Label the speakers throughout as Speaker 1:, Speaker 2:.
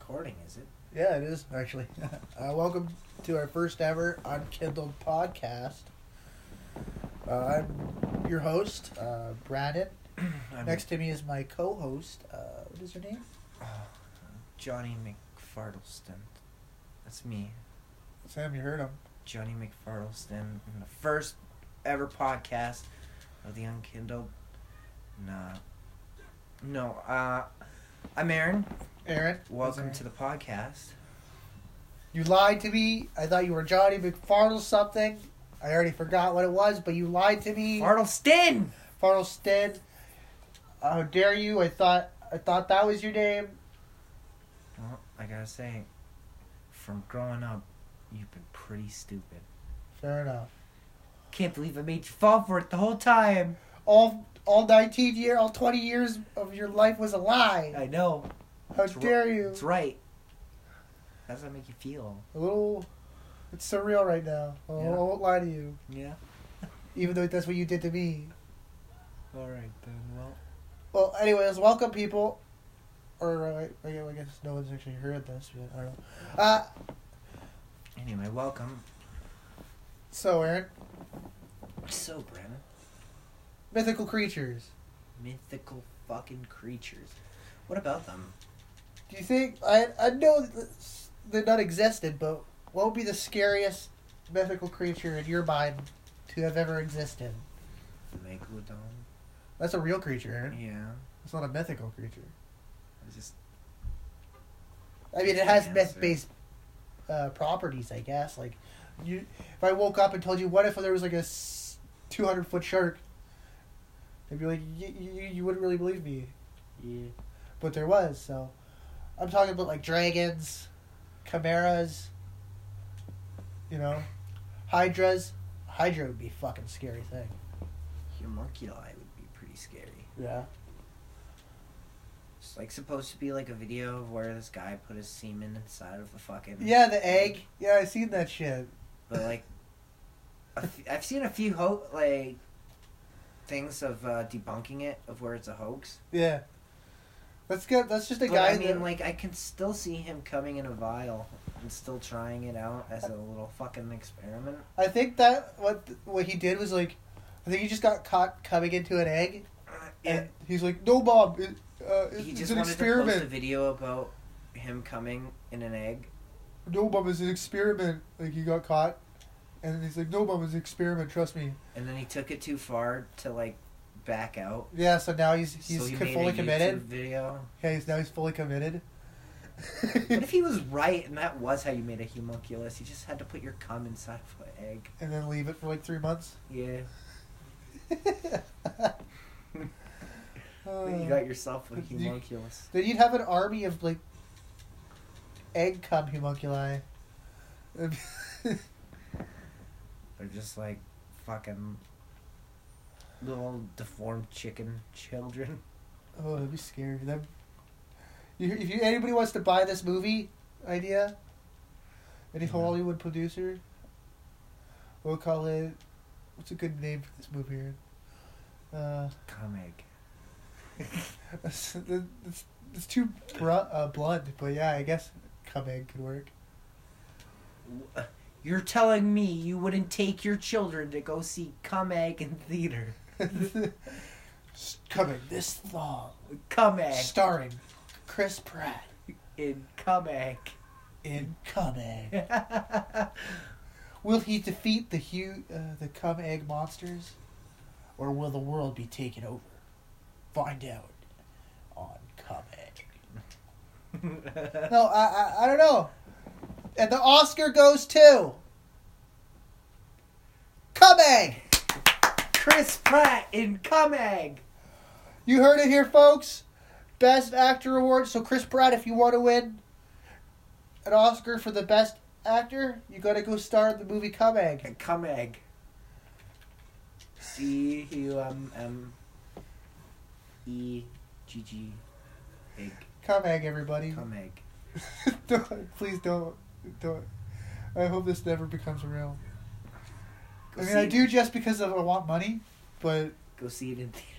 Speaker 1: recording, is it?
Speaker 2: Yeah, it is actually. uh, welcome to our first ever Unkindled podcast. Uh, I'm your host, uh, Brandon.
Speaker 1: I'm
Speaker 2: Next to me is my co-host. Uh, what is her name?
Speaker 1: Johnny McFartleston. That's me,
Speaker 2: Sam. You heard him.
Speaker 1: Johnny McFartleston, in the first ever podcast of the Unkindled. Nah. No, uh, I'm Aaron.
Speaker 2: Aaron.
Speaker 1: Welcome
Speaker 2: That's
Speaker 1: to the podcast.
Speaker 2: Aaron. You lied to me. I thought you were Johnny McFartle something. I already forgot what it was, but you lied to me.
Speaker 1: Fartleston!
Speaker 2: Fartlestead. How dare you? I thought I thought that was your name.
Speaker 1: Well, I gotta say, from growing up, you've been pretty stupid.
Speaker 2: Fair enough.
Speaker 1: Can't believe I made you fall for it the whole time.
Speaker 2: All all nineteen year, all twenty years of your life was a lie.
Speaker 1: I know.
Speaker 2: How
Speaker 1: It's ri-
Speaker 2: dare you?
Speaker 1: It's right. That's how I make you feel.
Speaker 2: A little. It's surreal right now. I won't- I won't lie to you.
Speaker 1: Yeah.
Speaker 2: Even though that's what you did to me.
Speaker 1: All right then. Well.
Speaker 2: Well, anyways, welcome people. Or uh, I I guess no one's actually heard this. Yet. I don't know. Uh,
Speaker 1: Anyway, welcome.
Speaker 2: so Aaron,
Speaker 1: So, Brennan,
Speaker 2: mythical creatures.
Speaker 1: mythical fucking creatures. What about them?
Speaker 2: Do you think I I know that they not existed, but what would be the scariest mythical creature in your mind to have ever existed?
Speaker 1: The megalodon.
Speaker 2: That's a real creature, Aaron.
Speaker 1: Yeah.
Speaker 2: It's not a mythical creature.
Speaker 1: I just.
Speaker 2: I mean, it has
Speaker 1: Yeah,
Speaker 2: myth
Speaker 1: so-
Speaker 2: based uh, properties, I guess. Like, you, if I woke up and told you, what if there was like a two hundred foot shark? I'd be like, you, you, you wouldn't really believe me,
Speaker 1: Yeah.
Speaker 2: but there was. So, I'm talking about like dragons, chimeras, you know, hydras. Hydra would be a fucking scary thing.
Speaker 1: Homunculi would be pretty scary.
Speaker 2: Yeah.
Speaker 1: It's like supposed to be like a video of where this guy put his semen inside of the fucking.
Speaker 2: Yeah, the egg. Yeah, I seen that shit.
Speaker 1: But like, a f- I've seen a few ho- like things of uh, debunking it of where it's a hoax.
Speaker 2: Yeah. That's good. That's just a
Speaker 1: But
Speaker 2: guy.
Speaker 1: I mean,
Speaker 2: that-
Speaker 1: like, I can still see him coming in a vial and still trying it out as a little fucking experiment.
Speaker 2: I think that what what he did was like, I think he just got caught coming into an egg, and he's like, "No, Bob, it, uh, it-
Speaker 1: he
Speaker 2: it's
Speaker 1: just
Speaker 2: an
Speaker 1: wanted to post a
Speaker 2: experiment.
Speaker 1: video about him coming in an egg.
Speaker 2: No, Bob, it's an experiment." Like he got caught, and he's like, "No, Bob, it's an experiment. Trust me."
Speaker 1: And then he took it too far to like back out.
Speaker 2: Yeah. So now he's he's
Speaker 1: so he
Speaker 2: co-
Speaker 1: made
Speaker 2: fully
Speaker 1: a YouTube
Speaker 2: committed.
Speaker 1: Video.
Speaker 2: Yeah. He's now he's fully committed.
Speaker 1: What if he was right and that was how you made a homunculus? You just had to put your cum inside of an egg.
Speaker 2: and then leave it for like three months.
Speaker 1: Yeah.
Speaker 2: Uh,
Speaker 1: you got yourself a
Speaker 2: you-
Speaker 1: homunculus.
Speaker 2: Then you'd have an army of like egg cum homunculi.
Speaker 1: They're just like fucking little deformed chicken children.
Speaker 2: Oh, that'd be scary. That you, if you, anybody wants to buy this movie idea, any
Speaker 1: Yeah.
Speaker 2: Hollywood producer, we'll call it. What's a good name for this movie? Aaron? Uh,
Speaker 1: Cum egg.
Speaker 2: it's, it's, it's too br- uh, blunt, but yeah, I guess cum egg could work.
Speaker 1: You're telling me you wouldn't take your children to go see Cum Egg in theater? Mm-hmm.
Speaker 2: Coming this long,
Speaker 1: Cum Egg
Speaker 2: starring Chris Pratt
Speaker 1: in Cum Egg.
Speaker 2: in cum egg.
Speaker 1: I
Speaker 2: Will he defeat the hu- uh, the cum egg monsters, or will the world be taken over? Find out on cum egg. No, I, I I don't know. And the Oscar goes to cum egg.
Speaker 1: Chris Pratt in Cum Egg.
Speaker 2: You heard it here, folks. Best Actor award. So Chris Pratt, if you want to win an Oscar for the best actor, you got to go star in the movie cum egg.
Speaker 1: And Cum Egg. C U M M E G G Egg.
Speaker 2: Cum egg, everybody.
Speaker 1: Cum Egg.
Speaker 2: don't, please don't, don't. I hope this never becomes real.
Speaker 1: Go
Speaker 2: I mean,
Speaker 1: see
Speaker 2: I
Speaker 1: it-
Speaker 2: do just because of I want money, but
Speaker 1: Go see it in theaters.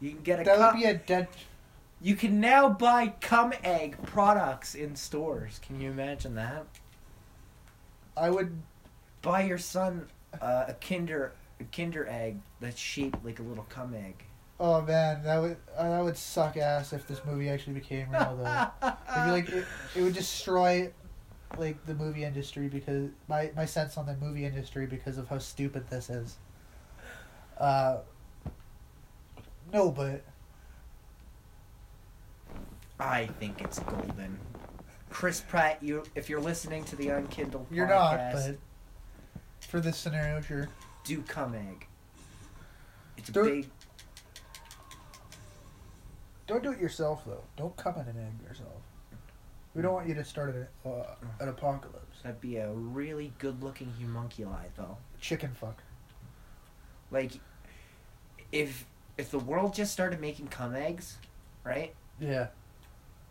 Speaker 1: You can get a
Speaker 2: that
Speaker 1: cum.
Speaker 2: would be a dead.
Speaker 1: You can now buy cum egg products in stores. Can you imagine that?
Speaker 2: I would.
Speaker 1: Buy your son uh, a Kinder a Kinder egg that's shaped like a little cum egg.
Speaker 2: Oh man, that would uh, that would suck ass if this movie actually became real though. It'd be like it, it would destroy like the movie industry because my my sense on the movie industry because of how stupid this is. Uh. No, but
Speaker 1: I think it's golden. Chris Pratt, you if you're listening to the Unkindled
Speaker 2: you're
Speaker 1: podcast,
Speaker 2: not. But for this scenario, sure.
Speaker 1: do cum egg. It's a
Speaker 2: There-
Speaker 1: big
Speaker 2: Don't do it yourself though. Don't come in an egg yourself. We don't want you to start an uh, an apocalypse.
Speaker 1: That'd be a really good looking homunculi, though.
Speaker 2: Chicken fuck.
Speaker 1: Like, if if the world just started making cum eggs, right?
Speaker 2: Yeah.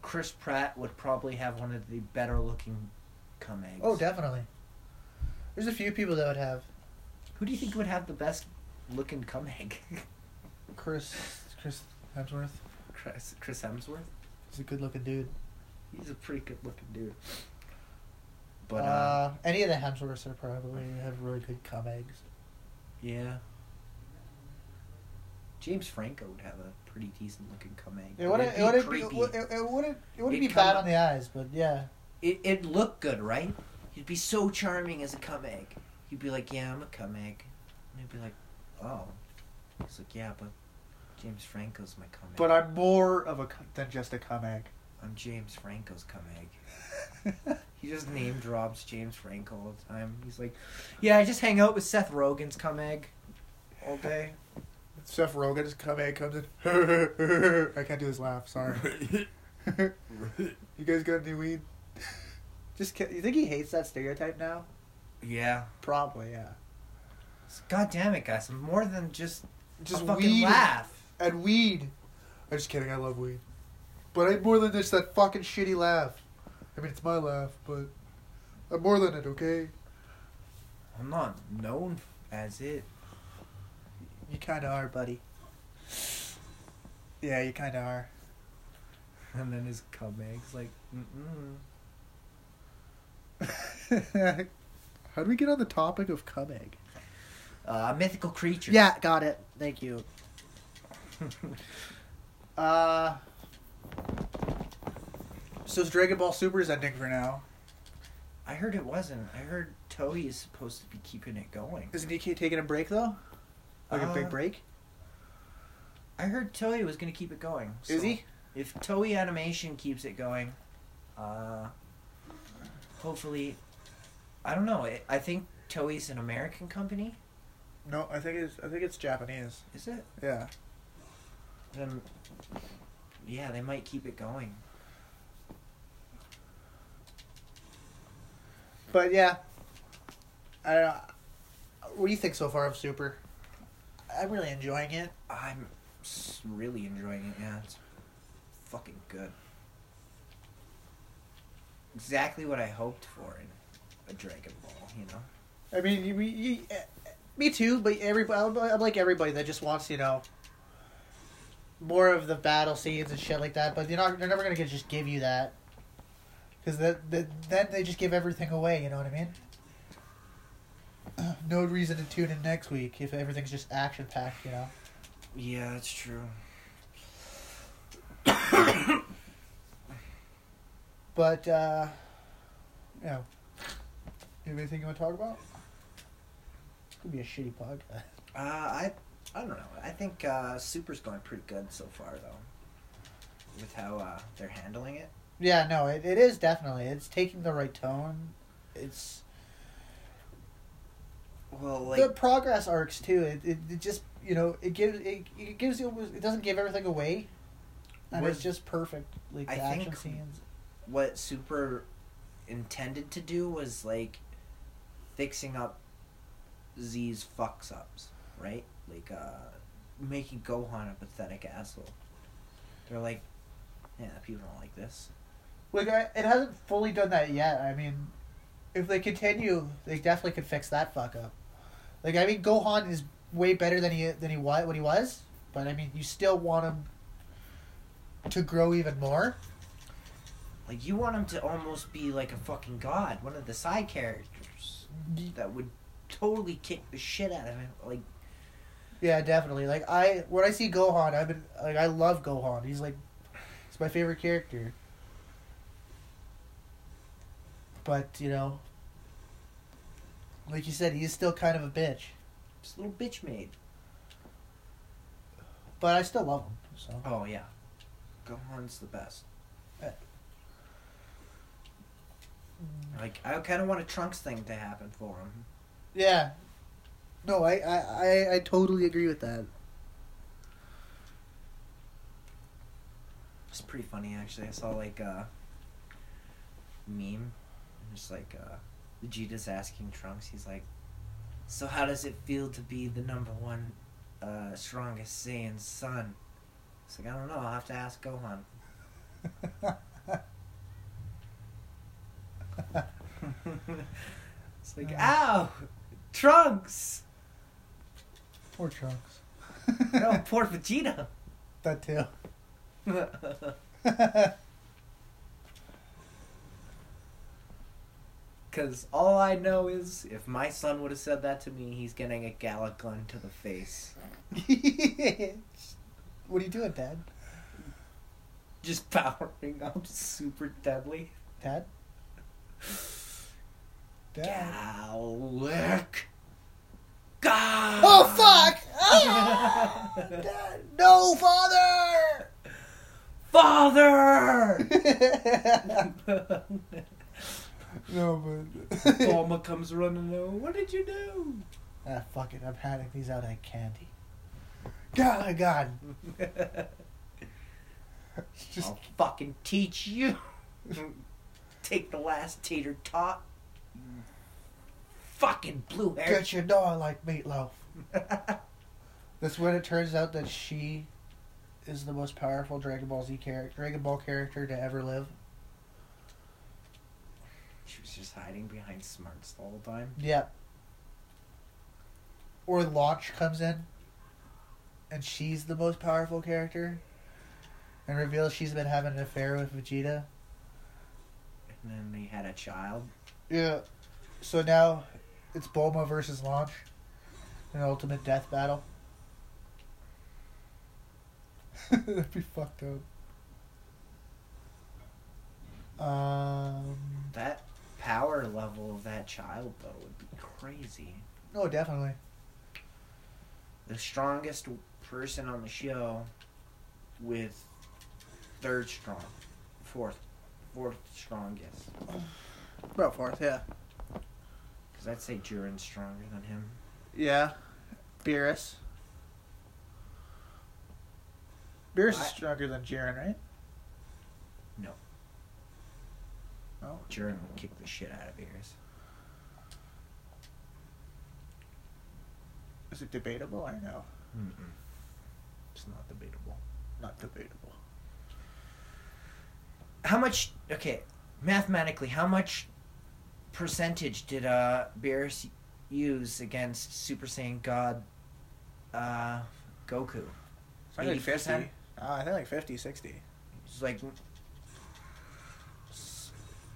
Speaker 1: Chris Pratt would probably have one of the better looking cum eggs.
Speaker 2: Oh, definitely. There's a few people that would have
Speaker 1: Who do you think would have the best looking cum egg?
Speaker 2: Chris Chris Hemsworth.
Speaker 1: Chris Chris Hemsworth.
Speaker 2: He's a good looking dude.
Speaker 1: He's a pretty good looking dude.
Speaker 2: But
Speaker 1: But
Speaker 2: uh,
Speaker 1: uh,
Speaker 2: any of the Hemsworths are probably have really good cum eggs.
Speaker 1: yeah. James Franco would have a pretty decent looking cum egg.
Speaker 2: It wouldn't. It wouldn't be.
Speaker 1: creepy.
Speaker 2: It, it, it wouldn't. It wouldn't
Speaker 1: It'd
Speaker 2: be
Speaker 1: come
Speaker 2: bad
Speaker 1: up-
Speaker 2: on the eyes, but yeah.
Speaker 1: it, it'd look good, right? He'd be so charming as a cum egg. He'd be like, yeah, I'm a cum egg. And he'd be like, oh. He's like, yeah, but James Franco's my cum egg.
Speaker 2: I'm more of a than just a cum egg.
Speaker 1: I'm James Franco's cum egg. He just name drops James Franco all the time. He's like, yeah, I just hang out with Seth Rogen's cum egg all day.
Speaker 2: Seth Rogen's cum egg comes in. I can't do his laugh. Sorry. you guys got any weed? Just kid- you think he hates that stereotype now?
Speaker 1: yeah.
Speaker 2: Probably, yeah.
Speaker 1: It's- God damn it, guys. I'm more than just,
Speaker 2: Just
Speaker 1: a fucking
Speaker 2: weed
Speaker 1: laugh.
Speaker 2: and weed. I'm just kidding. I love weed, but I'm more than just that fucking shitty laugh. I mean, it's my laugh, but I'm more than it. Okay.
Speaker 1: I'm not known as it.
Speaker 2: You kind of are, buddy. Yeah, you kind of are.
Speaker 1: And then his cum egg's like, mm-mm.
Speaker 2: How do we get on the topic of cum egg?
Speaker 1: Uh, mythical creature.
Speaker 2: Yeah, got it. Thank you. uh, so it's Dragon Ball Super's ending for now.
Speaker 1: I heard it wasn't. I heard Toei is supposed to be keeping it going.
Speaker 2: Isn't he taking a break though? Like a
Speaker 1: Uh,
Speaker 2: big break?
Speaker 1: I heard Toei was going to keep it going.
Speaker 2: Is
Speaker 1: so
Speaker 2: he?
Speaker 1: If Toei Animation keeps it going, uh, hopefully, I don't know. It, I think Toei's an American company.
Speaker 2: No, I think it's I think it's Japanese.
Speaker 1: Is it?
Speaker 2: Yeah.
Speaker 1: Then, yeah, they might keep it going.
Speaker 2: But yeah. I don't know. What do you think so far of Super? I'm really enjoying it.
Speaker 1: I'm s- really enjoying it. Yeah, it's fucking good. Exactly what I hoped for in a Dragon Ball. You know.
Speaker 2: I mean, you, you, you- eh, eh, me too. But everybody, I'm, I'm like everybody that just wants, you know, more of the battle scenes and shit like that. But you're not, they're never gonna get- just give you that, because that, that then they just give everything away. You know what I mean? No reason to tune in next week if everything's just action packed. You know,
Speaker 1: Yeah, that's true.
Speaker 2: but uh, you know, you have anything you want to talk about? Could be a shitty podcast.
Speaker 1: Uh, I, I don't know. I think uh, Super's going pretty good so far, though, with how uh, they're handling it.
Speaker 2: Yeah, no, it, it is definitely. It's taking the right tone. It's
Speaker 1: Well,
Speaker 2: the
Speaker 1: like,
Speaker 2: progress arcs too. It, it, it just you know it gives it, it gives you it doesn't give everything away, and
Speaker 1: Was-
Speaker 2: it's just perfect. Like the
Speaker 1: I
Speaker 2: action
Speaker 1: think-
Speaker 2: scenes.
Speaker 1: what Super intended to do was like fixing up Z's fucks ups, right? Like, uh, making Gohan a pathetic asshole. They're like, yeah, people don't like this.
Speaker 2: Like I, it hasn't fully done that yet. I mean, if they continue, they definitely could fix that fuck up. Like I mean, Gohan is way better than he than he was what he was, but I mean, you still want him to grow even more.
Speaker 1: Like you want him to almost be like a fucking god, one of the side characters that would totally kick the shit out of him. Like
Speaker 2: Yeah, definitely. Like I, when I see Gohan, I've been like, I love Gohan. He's like, he's my favorite character. But you know, like you said, he's still kind of a bitch.
Speaker 1: this little bitch maid.
Speaker 2: But I still love him. So
Speaker 1: Oh yeah, Gohan's the best.
Speaker 2: Uh.
Speaker 1: Like I kind of want a Trunks thing to happen for him.
Speaker 2: yeah, no, I I I, I totally agree with that.
Speaker 1: It's pretty funny actually. I saw like a meme, and just like uh, Vegeta's asking Trunks. He's like, "So how does it feel to be the number one, uh, strongest Saiyan son?" It's like I don't know. I'll have to ask Gohan. it's like, ow, Trunks.
Speaker 2: Poor Trunks.
Speaker 1: No, poor Vegeta.
Speaker 2: that tail.
Speaker 1: Because all I know is if my son would have said that to me, he's getting a Gallic gun to the face.
Speaker 2: what are you doing, Dad?
Speaker 1: Just powering up super deadly.
Speaker 2: Dad? Dad?
Speaker 1: Gallic. God.
Speaker 2: Oh fuck! Ah! Dad, no, father!
Speaker 1: Father!
Speaker 2: no, but
Speaker 1: Bulma comes running over. What did you do?
Speaker 2: ah, fuck it. I'm handing these out like candy. God, oh God, just
Speaker 1: I'll fucking teach you. Take the last tater tot. Fucking blue hair.
Speaker 2: get your dog like meatloaf. That's when it turns out that she is the most powerful Dragon Ball Z character, Dragon Ball character to ever live.
Speaker 1: She was just hiding behind smarts the whole time.
Speaker 2: Yeah. Or Launch comes in, and she's the most powerful character, and reveals she's been having an affair with Vegeta.
Speaker 1: And then they had a child.
Speaker 2: Yeah. So now it's Bulma versus Launch in an ultimate death battle. That'd be fucked up. Um.
Speaker 1: That power level of that child, though, would be crazy.
Speaker 2: No, definitely.
Speaker 1: The strongest person on the show with third strong, fourth, fourth strongest.
Speaker 2: About fourth, yeah.
Speaker 1: Because I'd say Jiren's stronger than him.
Speaker 2: Yeah. Beerus. Beerus
Speaker 1: I-
Speaker 2: is stronger than Jiren, right?
Speaker 1: No.
Speaker 2: Oh.
Speaker 1: Jiren would kick the shit out of ears.
Speaker 2: Is it debatable or no?
Speaker 1: Mm-mm. It's not debatable.
Speaker 2: Not debatable.
Speaker 1: How much? Okay, mathematically, how much percentage did uh Beerus use against Super Saiyan God uh Goku?
Speaker 2: I think like 50.
Speaker 1: 80%?
Speaker 2: Ah, I think like 50, 60.
Speaker 1: It's like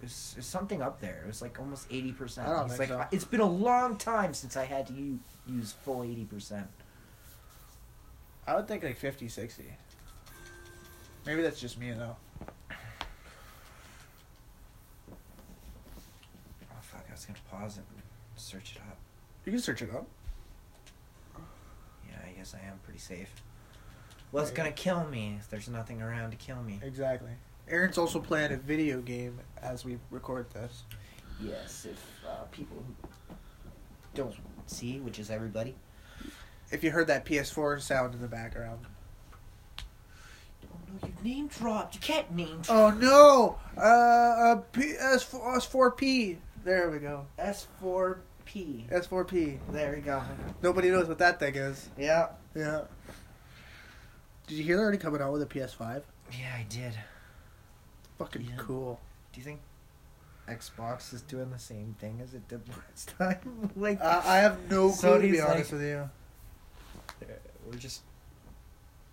Speaker 1: it's, it's something up there. It was like almost eighty percent.
Speaker 2: I don't
Speaker 1: It's
Speaker 2: think
Speaker 1: like
Speaker 2: so.
Speaker 1: it's been a long time since I had to u- use full eighty percent.
Speaker 2: I would think like 50, 60. Maybe that's just me, though.
Speaker 1: Oh fuck! I was gonna pause it and search it up.
Speaker 2: You can search it up.
Speaker 1: Yeah, I guess I am pretty safe. Well, it's
Speaker 2: Right.
Speaker 1: gonna kill me. if There's nothing around to kill me.
Speaker 2: Exactly. Aaron's also playing a video game as we record this.
Speaker 1: Yes, if uh, people who don't see, which is everybody.
Speaker 2: If you heard that PS4 sound in the background.
Speaker 1: Oh no, you name dropped. You can't name drop.
Speaker 2: Oh no! Uh, uh PS4, S4P. There we go.
Speaker 1: S4P.
Speaker 2: S4P.
Speaker 1: There we go.
Speaker 2: Nobody knows what that thing is.
Speaker 1: Yeah.
Speaker 2: Yeah. Did you hear they're already coming out with a PS5?
Speaker 1: Yeah, I did.
Speaker 2: Fucking
Speaker 1: Yeah.
Speaker 2: cool.
Speaker 1: Do you think Xbox is doing the same thing as it did last time? like,
Speaker 2: I I have no clue, to
Speaker 1: Sony's
Speaker 2: be honest
Speaker 1: like-
Speaker 2: with you.
Speaker 1: we're just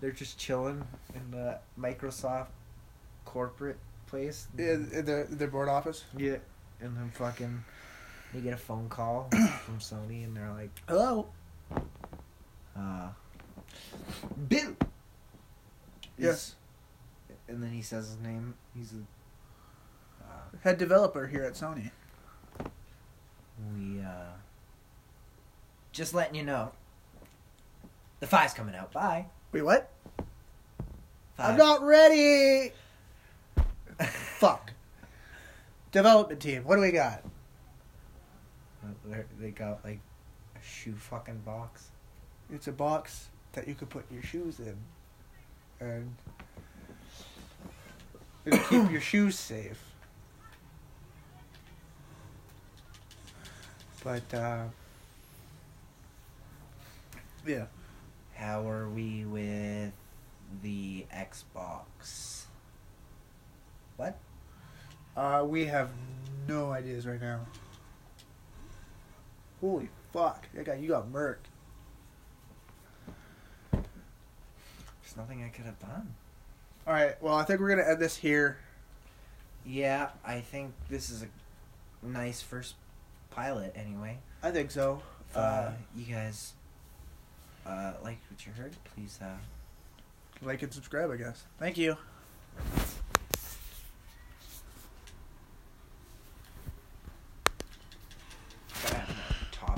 Speaker 1: They're just chilling in the Microsoft corporate place.
Speaker 2: In, in their, their board office?
Speaker 1: Yeah. And then fucking, they get a phone call from Sony, and they're like, "Hello, uh, Bill."
Speaker 2: Yes.
Speaker 1: Is- And then he says his name. He's a. Uh,
Speaker 2: Head developer here at Sony.
Speaker 1: we uh. Just letting you know. The five's coming out. Bye.
Speaker 2: Wait, what?
Speaker 1: Five.
Speaker 2: I'm not ready! Fuck. Development team, what do we got?
Speaker 1: They're- They got like a shoe fucking box.
Speaker 2: It's a box that you could put your shoes in, and it'll keep your shoes safe. But uh, yeah,
Speaker 1: How are we with the Xbox? What?
Speaker 2: uh, we have no ideas right now. Holy fuck! That guy, you got murked.
Speaker 1: There's nothing I could have done.
Speaker 2: All right, well, I think we're gonna end this here.
Speaker 1: Yeah, I think this is a nice first pilot anyway.
Speaker 2: I think so.
Speaker 1: Uh,
Speaker 2: Uh,
Speaker 1: you guys uh, like what you heard? Please uh,
Speaker 2: like and subscribe, I guess. Thank you.